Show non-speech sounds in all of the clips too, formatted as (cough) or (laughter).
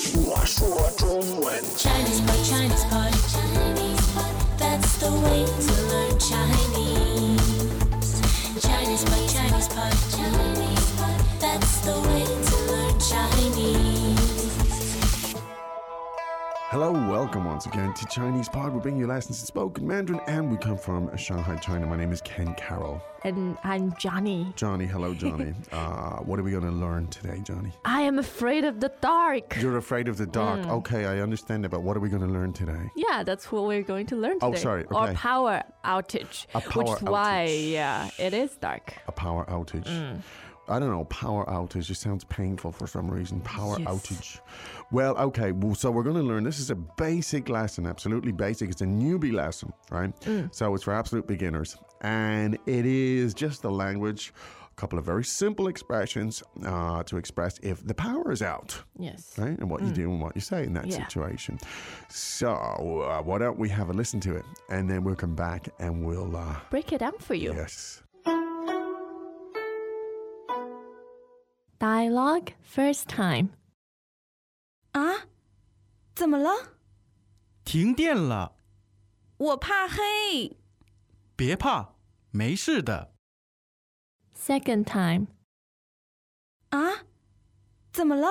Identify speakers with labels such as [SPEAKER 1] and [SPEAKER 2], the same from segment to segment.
[SPEAKER 1] 说中文。
[SPEAKER 2] Chinese pot, Chinese pot, Chinese pot. That's the way to learn Chinese. Chinese pot, Chinese pot, Chinese pot. That's the way to learn Chinese.
[SPEAKER 3] Hello, welcome once again to Chinese Pod. We bring you lessons in spoken Mandarin, and we come from Shanghai, China. My name is Ken Carroll.
[SPEAKER 4] and I'm Johnny.
[SPEAKER 3] Johnny, (laughs) hello, Johnny. uh, what are we going to learn today, Johnny?
[SPEAKER 4] I am afraid of the dark.
[SPEAKER 3] You're afraid of the dark. Okay, I understand that, but what are we going to learn today?
[SPEAKER 4] Yeah, that's what we're going to learn today.
[SPEAKER 3] Oh, sorry,
[SPEAKER 4] Or
[SPEAKER 3] okay.
[SPEAKER 4] power outage,
[SPEAKER 3] A
[SPEAKER 4] which
[SPEAKER 3] power
[SPEAKER 4] is why
[SPEAKER 3] outage.
[SPEAKER 4] yeah, it is dark.
[SPEAKER 3] A power outage.
[SPEAKER 4] Mm.
[SPEAKER 3] I don't know, power outage. It sounds painful for some reason. Power
[SPEAKER 4] Yes.
[SPEAKER 3] outage. Well, okay, well, so we're going to learn this is a basic lesson, absolutely basic. It's a newbie lesson, right?
[SPEAKER 4] Mm.
[SPEAKER 3] So it's for absolute beginners. And it is just the language, a couple of very simple expressions uh, to express if the power is out,
[SPEAKER 4] Yes.
[SPEAKER 3] right? And what you do and what you say in that
[SPEAKER 4] Mm. Yeah.
[SPEAKER 3] situation. So uh, why don't we have a listen to it? And then we'll come back and we'll. Uh,
[SPEAKER 4] Break it down for you.
[SPEAKER 3] yes.
[SPEAKER 4] Dialogue first time.
[SPEAKER 5] 啊，怎么了？
[SPEAKER 6] 停电了，
[SPEAKER 5] 我怕黑。
[SPEAKER 6] 别怕，没事的。
[SPEAKER 4] Second time.
[SPEAKER 5] 啊，怎么了？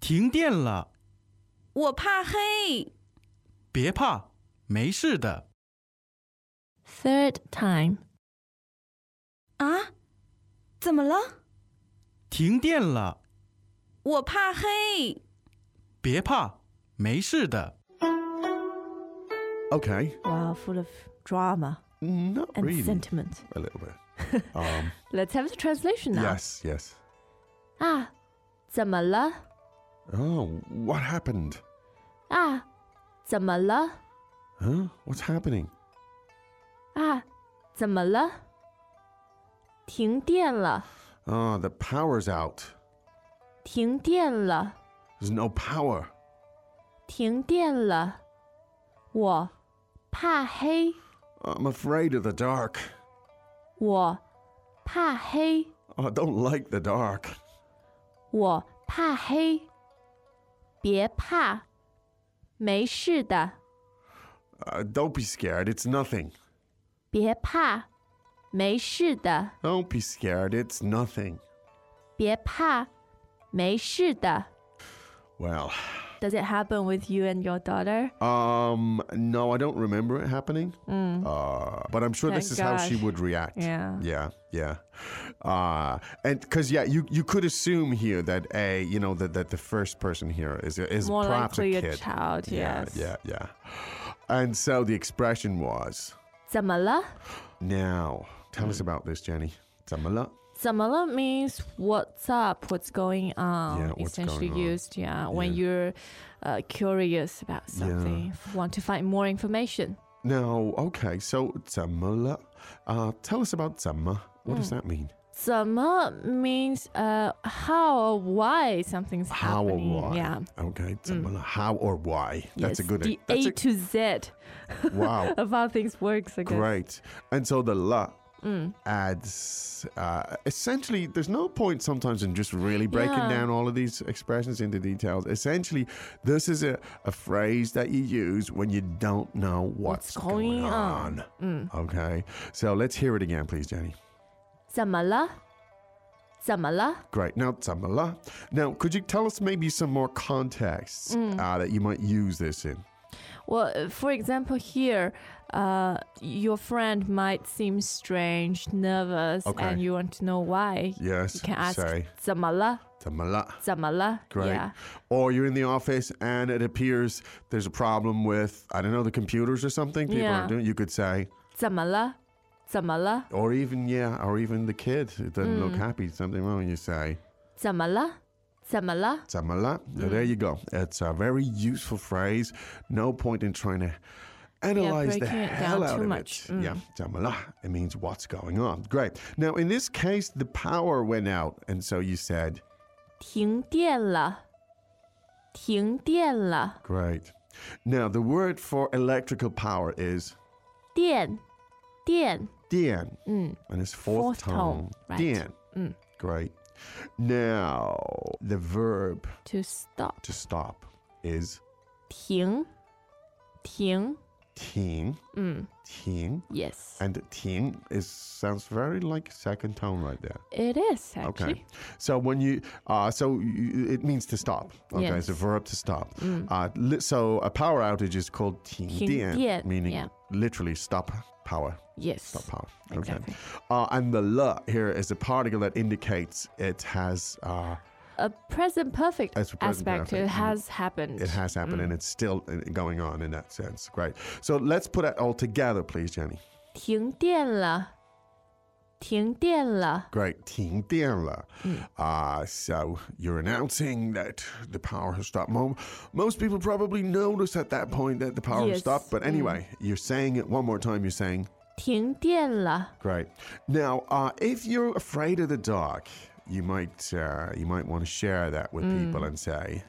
[SPEAKER 6] 停电了，
[SPEAKER 5] 我怕黑。
[SPEAKER 6] 别怕，没事的。
[SPEAKER 4] Third time.
[SPEAKER 5] 啊，Ah? 怎么了？
[SPEAKER 6] 停电了，
[SPEAKER 5] 我怕黑。
[SPEAKER 6] 别怕，没事的。
[SPEAKER 3] Okay.
[SPEAKER 4] Wow, full of drama
[SPEAKER 3] Not
[SPEAKER 4] and
[SPEAKER 3] really.
[SPEAKER 4] sentiment.
[SPEAKER 3] A little bit.
[SPEAKER 4] (laughs)
[SPEAKER 3] Um,
[SPEAKER 4] Let's have the translation now.
[SPEAKER 3] Yes, yes.
[SPEAKER 4] Ah, 怎么了?
[SPEAKER 3] Oh, what happened?
[SPEAKER 4] Ah, 怎么了?
[SPEAKER 3] Huh? What's happening?
[SPEAKER 4] Ah, 怎么了?停电了.
[SPEAKER 3] Oh, the power's out.
[SPEAKER 4] 停电了，
[SPEAKER 3] There's no power.
[SPEAKER 4] 停电了，我怕黑，
[SPEAKER 3] I'm afraid of the dark.
[SPEAKER 4] 我怕黑，
[SPEAKER 3] Oh, I don't like the dark.
[SPEAKER 4] 我怕黑，别怕，没事的，
[SPEAKER 3] Uh, don't be scared. It's nothing.
[SPEAKER 4] 别怕，没事的，
[SPEAKER 3] Don't be scared. It's nothing.
[SPEAKER 4] 别怕，没事的。
[SPEAKER 3] Well,
[SPEAKER 4] Does it happen with you and your daughter?
[SPEAKER 3] um, no, I don't remember it happening. Uh, but I'm sure this
[SPEAKER 4] Mm. Thank
[SPEAKER 3] is how she
[SPEAKER 4] gosh.
[SPEAKER 3] would react.
[SPEAKER 4] Yeah.
[SPEAKER 3] Yeah, yeah. Uh, and because yeah, you you could assume here that a you know that, that the first person here is is
[SPEAKER 4] More
[SPEAKER 3] perhaps
[SPEAKER 4] likely
[SPEAKER 3] a
[SPEAKER 4] a
[SPEAKER 3] kid.
[SPEAKER 4] child,
[SPEAKER 3] yeah,
[SPEAKER 4] yes.
[SPEAKER 3] yeah, yeah. And so the expression was
[SPEAKER 4] 怎么了？
[SPEAKER 3] now. Tell
[SPEAKER 4] Mm.
[SPEAKER 3] us about this, Jenny. Tamala.
[SPEAKER 4] 怎么了 means what's up, what's going on.
[SPEAKER 3] Yeah, what's
[SPEAKER 4] essentially
[SPEAKER 3] going on.
[SPEAKER 4] used, yeah, when
[SPEAKER 3] Yeah.
[SPEAKER 4] you're uh, curious about something, want to find more information.
[SPEAKER 3] Now, okay, so Tamala. Uh, tell us about Tama. What
[SPEAKER 4] Mm.
[SPEAKER 3] does that mean?
[SPEAKER 4] 怎么 means uh, how or why something's
[SPEAKER 3] How or
[SPEAKER 4] happening.
[SPEAKER 3] why?
[SPEAKER 4] Yeah. Mm.
[SPEAKER 3] Okay, Tamala. How or why? That's a
[SPEAKER 4] Yes,
[SPEAKER 3] good. e-
[SPEAKER 4] The
[SPEAKER 3] that's
[SPEAKER 4] A to Z
[SPEAKER 3] a,
[SPEAKER 4] (laughs)
[SPEAKER 3] wow.
[SPEAKER 4] of how things works. I guess.
[SPEAKER 3] Great. And so the la
[SPEAKER 4] Mm.
[SPEAKER 3] adds uh, essentially there's no point sometimes in just really breaking
[SPEAKER 4] Yeah.
[SPEAKER 3] down all of these expressions into details. Essentially, this is a, a phrase that you use when you don't know what's, going, on.
[SPEAKER 4] Mm.
[SPEAKER 3] Okay. So let's hear it again, please, Jenny.
[SPEAKER 4] 怎么了？怎么了？
[SPEAKER 3] Great. Now, tamala. Now, could you tell us maybe some more contexts
[SPEAKER 4] Mm.
[SPEAKER 3] uh, that you might use this in?
[SPEAKER 4] Well, uh, for example, here, uh, your friend might seem strange, nervous,
[SPEAKER 3] Okay.
[SPEAKER 4] and you want to know why.
[SPEAKER 3] Yes.
[SPEAKER 4] You can ask,
[SPEAKER 3] Sorry.
[SPEAKER 4] 怎么了?
[SPEAKER 3] Tamala.
[SPEAKER 4] 怎么了?
[SPEAKER 3] Great.
[SPEAKER 4] Yeah.
[SPEAKER 3] Or you're in the office and it appears there's a problem with, I don't know, the computers or something. People
[SPEAKER 4] Yeah.
[SPEAKER 3] aren't doing You could say,
[SPEAKER 4] 怎么了?怎么了?
[SPEAKER 3] or even, yeah, or even the kid. It doesn't
[SPEAKER 4] Hmm.
[SPEAKER 3] look happy. Something wrong. You say,
[SPEAKER 4] 怎么了?怎么了?
[SPEAKER 3] Tamala.
[SPEAKER 4] Hmm.
[SPEAKER 3] Now, there you go. It's a very useful phrase. No point in trying to analyze the
[SPEAKER 4] breaking it
[SPEAKER 3] hell
[SPEAKER 4] down
[SPEAKER 3] out
[SPEAKER 4] too
[SPEAKER 3] of
[SPEAKER 4] much. Hmm.
[SPEAKER 3] it. Yeah, Tamala. It means what's going on. Great. Now, in this case, the power went out. And so you said,
[SPEAKER 4] 停电了.停电了.
[SPEAKER 3] great. Now, the word for electrical power is
[SPEAKER 4] 电.电.
[SPEAKER 3] Dian. And it's fourth,
[SPEAKER 4] Mm. Fourth tone,
[SPEAKER 3] tone.
[SPEAKER 4] right. Mm.
[SPEAKER 3] Dian. Great. Now, the verb
[SPEAKER 4] To stop.
[SPEAKER 3] to stop. is
[SPEAKER 4] 停，停，
[SPEAKER 3] ting,
[SPEAKER 4] 嗯
[SPEAKER 3] ting,
[SPEAKER 4] ，yes,
[SPEAKER 3] and ting is sounds very like second tone right there.
[SPEAKER 4] it is actually.
[SPEAKER 3] Okay, so when you uh, so you, it means to stop. Okay, it's a
[SPEAKER 4] Yes. Mm.
[SPEAKER 3] verb to stop. Uh, li- so a power outage is called 停电,
[SPEAKER 4] "停电",
[SPEAKER 3] meaning
[SPEAKER 4] yeah.
[SPEAKER 3] literally stop power.
[SPEAKER 4] Yes.
[SPEAKER 3] Stop power. Okay,
[SPEAKER 4] Exactly.
[SPEAKER 3] uh, and the le here is a particle that indicates it has uh,
[SPEAKER 4] A present perfect
[SPEAKER 3] As a present
[SPEAKER 4] aspect
[SPEAKER 3] perfect,
[SPEAKER 4] it
[SPEAKER 3] mm.
[SPEAKER 4] has happened.
[SPEAKER 3] it has happened
[SPEAKER 4] Mm.
[SPEAKER 3] and it's still uh, going on in that sense. Great. So let's put it all together, please, Jenny.
[SPEAKER 4] 停电了，停电了。
[SPEAKER 3] Great. 停电了.
[SPEAKER 4] Mm.
[SPEAKER 3] Uh, so you're announcing that the power has stopped. Mo- Most people probably notice at that point that the power has
[SPEAKER 4] Yes.
[SPEAKER 3] stopped. But
[SPEAKER 4] Mm.
[SPEAKER 3] anyway, you're saying it one more time. You're saying,
[SPEAKER 4] 停电了。
[SPEAKER 3] great. Now, uh, if you're afraid of the dark, you might uh, you might want to share that with
[SPEAKER 4] Mm.
[SPEAKER 3] people and say,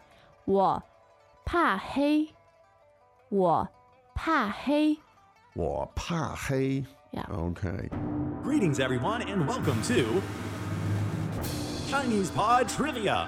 [SPEAKER 4] 我怕黑，我怕黑。
[SPEAKER 3] 我怕黑.
[SPEAKER 4] Yeah.
[SPEAKER 3] Okay.
[SPEAKER 1] Greetings, everyone, and welcome to Chinese Pod Trivia.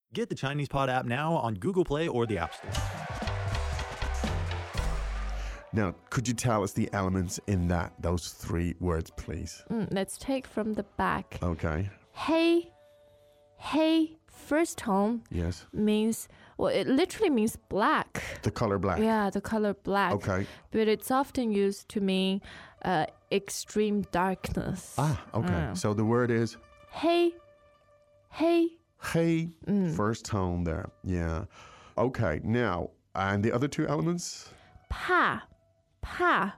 [SPEAKER 1] Get the Chinese Pod app now on Google Play or the App Store.
[SPEAKER 3] Now, could you tell us the elements in that those three words, please?
[SPEAKER 4] Mm, let's take from the back.
[SPEAKER 3] Okay.
[SPEAKER 4] Hey, hey, first tone
[SPEAKER 3] Yes.
[SPEAKER 4] means, well, it literally means black.
[SPEAKER 3] The color black.
[SPEAKER 4] Yeah, the color black.
[SPEAKER 3] Okay.
[SPEAKER 4] But it's often used to mean uh, extreme darkness.
[SPEAKER 3] Ah, okay.
[SPEAKER 4] Mm.
[SPEAKER 3] So the word is
[SPEAKER 4] Hey, hey,
[SPEAKER 3] hey,
[SPEAKER 4] Mm.
[SPEAKER 3] first tone there. Yeah. Okay. Now, and the other two elements?
[SPEAKER 4] pa, pa.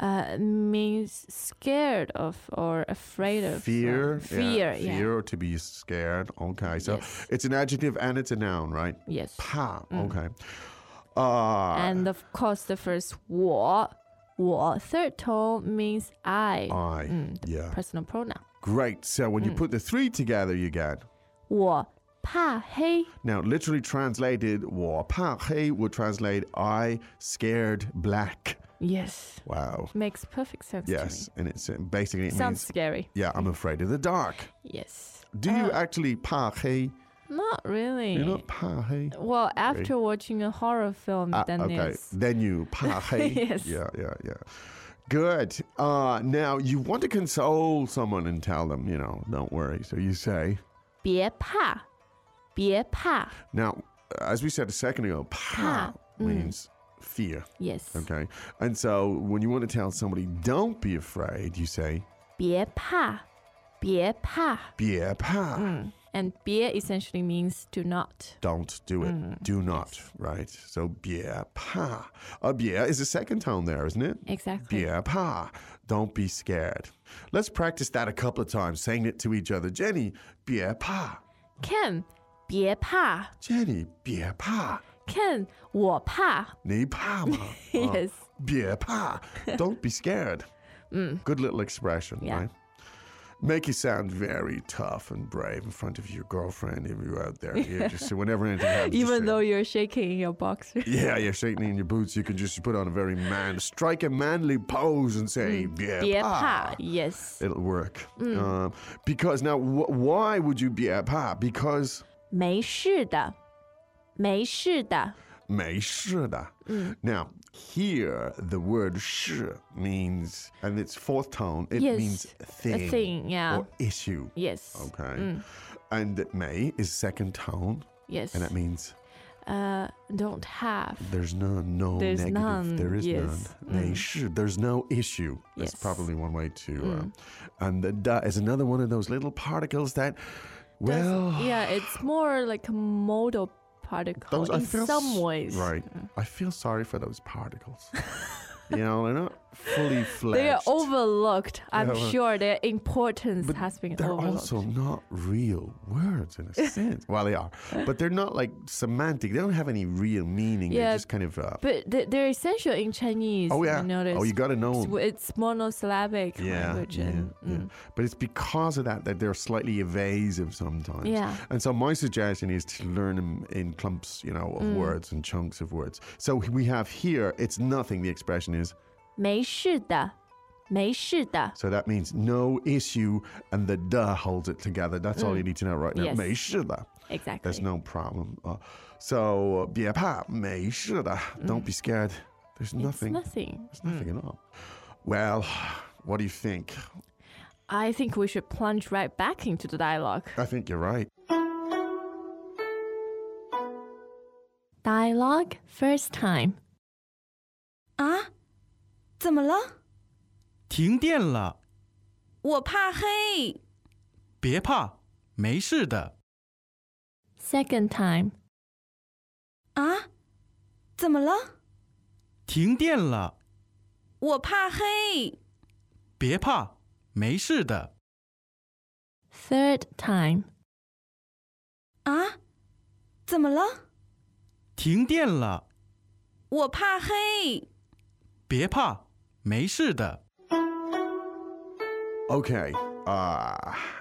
[SPEAKER 4] Uh, means scared of or afraid of. or-
[SPEAKER 3] Fear. yeah,
[SPEAKER 4] Uh, Fear, yeah.
[SPEAKER 3] Fear or to be scared. Okay. So
[SPEAKER 4] Yes.
[SPEAKER 3] it's an adjective and it's a noun, right?
[SPEAKER 4] Yes.
[SPEAKER 3] Pa. Okay. Uh,
[SPEAKER 4] and of course, the first 我,我, third tone means I,
[SPEAKER 3] I.
[SPEAKER 4] the
[SPEAKER 3] yeah.
[SPEAKER 4] personal pronoun.
[SPEAKER 3] Great. So when you
[SPEAKER 4] Mm.
[SPEAKER 3] put the three together, you get.
[SPEAKER 4] 我怕黑,
[SPEAKER 3] Now, literally translated, 我怕黑 would translate I scared black.
[SPEAKER 4] yes,
[SPEAKER 3] Wow.
[SPEAKER 4] makes perfect sense
[SPEAKER 3] Yes, and it's uh, basically
[SPEAKER 4] to
[SPEAKER 3] it
[SPEAKER 4] me. Sounds
[SPEAKER 3] means
[SPEAKER 4] scary.
[SPEAKER 3] yeah, I'm afraid of the dark.
[SPEAKER 4] Yes. Uh,
[SPEAKER 3] Do you actually pa hey?
[SPEAKER 4] Not really.
[SPEAKER 3] You're not pa hey.
[SPEAKER 4] well, after watching a horror film,
[SPEAKER 3] Ah,
[SPEAKER 4] then
[SPEAKER 3] okay,
[SPEAKER 4] it's
[SPEAKER 3] then you pa hey.
[SPEAKER 4] (laughs) Yes.
[SPEAKER 3] Yeah, yeah, yeah. Good. Uh, now you want to console someone and tell them, you know, don't worry. So you say
[SPEAKER 4] 别怕,别怕.
[SPEAKER 3] now, as we said a second ago, pa,
[SPEAKER 4] Pa, mm.
[SPEAKER 3] means fear.
[SPEAKER 4] Yes.
[SPEAKER 3] Okay, and so when you want to tell somebody don't be afraid, you say
[SPEAKER 4] 别怕,别怕.
[SPEAKER 3] 别怕.
[SPEAKER 4] Mm. And 别 essentially means do not.
[SPEAKER 3] don't do it. Do not, right? So, 别怕. A 别 is a second tone there, isn't it?
[SPEAKER 4] Exactly.
[SPEAKER 3] 别怕. Don't be scared. Let's practice that a couple of times, saying it to each other. Jenny, 别怕.
[SPEAKER 4] Ken, 别怕.
[SPEAKER 3] Jenny, 别怕.
[SPEAKER 4] Ken, 我怕.
[SPEAKER 3] 你怕吗?
[SPEAKER 4] Yes.
[SPEAKER 3] 别怕. Don't be
[SPEAKER 4] (laughs)
[SPEAKER 3] scared. Good little expression,
[SPEAKER 4] Mm. Yeah.
[SPEAKER 3] right? Make you sound very tough and brave in front of your girlfriend if you're out there. You
[SPEAKER 4] (laughs)
[SPEAKER 3] just whenever anything happens. just
[SPEAKER 4] Even
[SPEAKER 3] say,
[SPEAKER 4] though you're shaking in
[SPEAKER 3] (laughs)
[SPEAKER 4] your boxer.
[SPEAKER 3] Yeah, you're shaking in your boots. You can just put on a very man, strike a manly pose and say,
[SPEAKER 4] Mm.
[SPEAKER 3] "Bia pa."
[SPEAKER 4] 别怕. Yes.
[SPEAKER 3] It'll work.
[SPEAKER 4] Mm.
[SPEAKER 3] Um, because now, wh- why would you be a pa? Because
[SPEAKER 4] 没事的,没事的.
[SPEAKER 3] 没事的. Now, here, the word 是 means, and it's fourth tone, it
[SPEAKER 4] Yes,
[SPEAKER 3] means
[SPEAKER 4] a
[SPEAKER 3] thing.
[SPEAKER 4] thing, yeah. Mm.
[SPEAKER 3] Or issue.
[SPEAKER 4] Yes.
[SPEAKER 3] Okay. And may is second tone,
[SPEAKER 4] Yes.
[SPEAKER 3] and that means
[SPEAKER 4] uh, don't have.
[SPEAKER 3] There's no no
[SPEAKER 4] There's
[SPEAKER 3] negative.
[SPEAKER 4] none,
[SPEAKER 3] There is
[SPEAKER 4] yes. Mm.
[SPEAKER 3] none. They should. There's no issue. That's
[SPEAKER 4] Yes. Mm.
[SPEAKER 3] probably one way to. Uh, and the da is another one of those little particles that,
[SPEAKER 4] Does-
[SPEAKER 3] well,
[SPEAKER 4] yeah, it's more like a modal particle
[SPEAKER 3] those I
[SPEAKER 4] in
[SPEAKER 3] feel
[SPEAKER 4] some
[SPEAKER 3] s-
[SPEAKER 4] ways. (laughs)
[SPEAKER 3] Right. I feel sorry for those particles. you know, they're not fully fledged.
[SPEAKER 4] They are overlooked. I'm
[SPEAKER 3] Yeah, well-
[SPEAKER 4] sure their importance
[SPEAKER 3] But
[SPEAKER 4] has been
[SPEAKER 3] They're
[SPEAKER 4] overlooked.
[SPEAKER 3] also not real words
[SPEAKER 4] (laughs)
[SPEAKER 3] in a sense. Well, they are, but they're not like semantic. They don't have any real meaning.
[SPEAKER 4] Yeah,
[SPEAKER 3] They're just kind of. Uh,
[SPEAKER 4] but they- they're essential in Chinese.
[SPEAKER 3] oh yeah.
[SPEAKER 4] I noticed.
[SPEAKER 3] Oh, you got to know. 'em.
[SPEAKER 4] It's- It's monosyllabic
[SPEAKER 3] Yeah,
[SPEAKER 4] language.
[SPEAKER 3] yeah,
[SPEAKER 4] and,
[SPEAKER 3] yeah.
[SPEAKER 4] mm.
[SPEAKER 3] But it's because of that that they're slightly evasive sometimes.
[SPEAKER 4] Yeah.
[SPEAKER 3] And so my suggestion is to learn them in clumps, you know, of
[SPEAKER 4] Mm.
[SPEAKER 3] words and chunks of words. So we have here, it's nothing. The expression is
[SPEAKER 4] 没事的，没事的。
[SPEAKER 3] so that means no issue, and the duh holds it together. That's all you need to know right now.
[SPEAKER 4] Mm. Yes.
[SPEAKER 3] 没事的.
[SPEAKER 4] Exactly.
[SPEAKER 3] There's no problem. Uh, so, 别怕,没事的. Don't be scared. There's nothing.
[SPEAKER 4] Mm. It's nothing.
[SPEAKER 3] There's nothing at all. Well, what do you think?
[SPEAKER 4] I think we should plunge right back into the dialogue.
[SPEAKER 3] I think you're right.
[SPEAKER 4] Dialogue first time.
[SPEAKER 5] 啊，怎么了？
[SPEAKER 6] 停电了，
[SPEAKER 5] 我怕黑。
[SPEAKER 6] 别怕，没事的。
[SPEAKER 4] Second time.
[SPEAKER 5] 啊，Ah? 怎么了？
[SPEAKER 6] 停电了，
[SPEAKER 5] 我怕黑。
[SPEAKER 6] 别怕，没事的。
[SPEAKER 4] Third time.
[SPEAKER 5] 啊，怎么了？
[SPEAKER 6] 停电了，
[SPEAKER 5] 我怕黑。
[SPEAKER 6] 别怕，没事的。
[SPEAKER 3] Okay. Uh,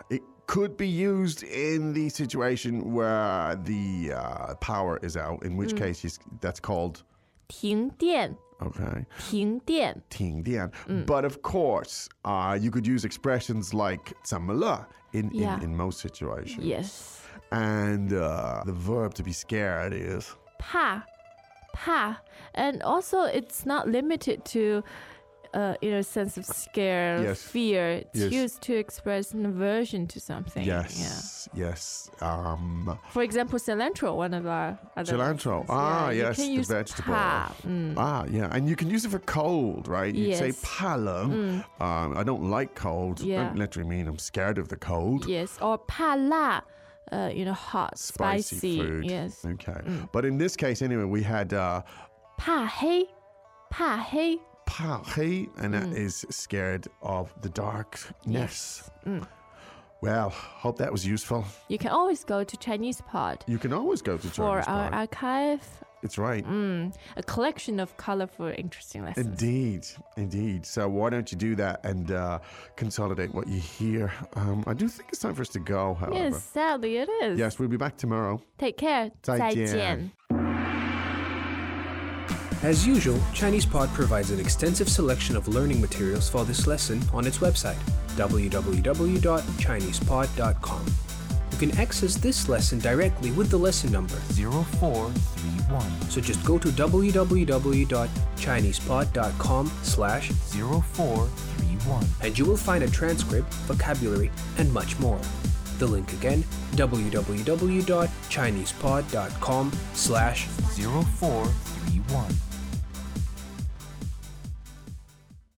[SPEAKER 3] it could be used in the situation where the uh, power is out, in
[SPEAKER 4] Mm.
[SPEAKER 3] which case you, s- that's called.
[SPEAKER 4] 停电，停电。
[SPEAKER 3] Okay. 停电.
[SPEAKER 4] Mm.
[SPEAKER 3] But of course, uh, you could use expressions like 怎么了 in,
[SPEAKER 4] Yeah.
[SPEAKER 3] in, in most situations.
[SPEAKER 4] Yes.
[SPEAKER 3] And uh, the verb to be scared is.
[SPEAKER 4] 怕，怕. And also, it's not limited to. Uh, you know, sense of scare,
[SPEAKER 3] Yes.
[SPEAKER 4] fear. It's
[SPEAKER 3] Yes.
[SPEAKER 4] used to express an aversion to something.
[SPEAKER 3] Yes. Yes. Um,
[SPEAKER 4] Yeah. For example, cilantro, one of our other
[SPEAKER 3] cilantro.
[SPEAKER 4] lessons.
[SPEAKER 3] Ah,
[SPEAKER 4] Yeah, you
[SPEAKER 3] yes,
[SPEAKER 4] can
[SPEAKER 3] the
[SPEAKER 4] use
[SPEAKER 3] vegetable.
[SPEAKER 4] 怕, mm.
[SPEAKER 3] Ah, yeah, and you can use it for cold, right? You would say
[SPEAKER 4] Yes. Mm.
[SPEAKER 3] palam. Um, I don't like cold. I
[SPEAKER 4] Yeah.
[SPEAKER 3] don't literally mean I'm scared of the cold.
[SPEAKER 4] Yes, or 怕辣, uh, you know, hot,
[SPEAKER 3] Spicy,
[SPEAKER 4] spicy.
[SPEAKER 3] food.
[SPEAKER 4] Yes. Mm.
[SPEAKER 3] Okay. But in this case, anyway, we had uh,
[SPEAKER 4] 怕黑,怕黑.
[SPEAKER 3] pa he, and that
[SPEAKER 4] Mm.
[SPEAKER 3] is scared of the darkness.
[SPEAKER 4] Mm.
[SPEAKER 3] Well, hope that was useful.
[SPEAKER 4] You can always go to Chinese Pod
[SPEAKER 3] You can always go to
[SPEAKER 4] for
[SPEAKER 3] Chinese
[SPEAKER 4] our uh,
[SPEAKER 3] Park.
[SPEAKER 4] archive,
[SPEAKER 3] It's right.
[SPEAKER 4] a collection of colorful, interesting lessons.
[SPEAKER 3] Indeed, indeed. So why don't you do that and uh, consolidate what you hear? Um, I do think it's time for us to go. However,
[SPEAKER 4] Yes, sadly it is.
[SPEAKER 3] yes we'll be back tomorrow.
[SPEAKER 4] Take care.
[SPEAKER 3] 再见。
[SPEAKER 4] 再见.
[SPEAKER 7] As usual, ChinesePod provides an extensive selection of learning materials for this lesson on its website, www.chinesepod.com. You can access this lesson directly with the lesson number,
[SPEAKER 8] 0431
[SPEAKER 7] so just go to www.chinesepod.com slash
[SPEAKER 8] 0431
[SPEAKER 7] and you will find a transcript, vocabulary, and much more. The link again, www.chinesepod.com slash
[SPEAKER 8] 0431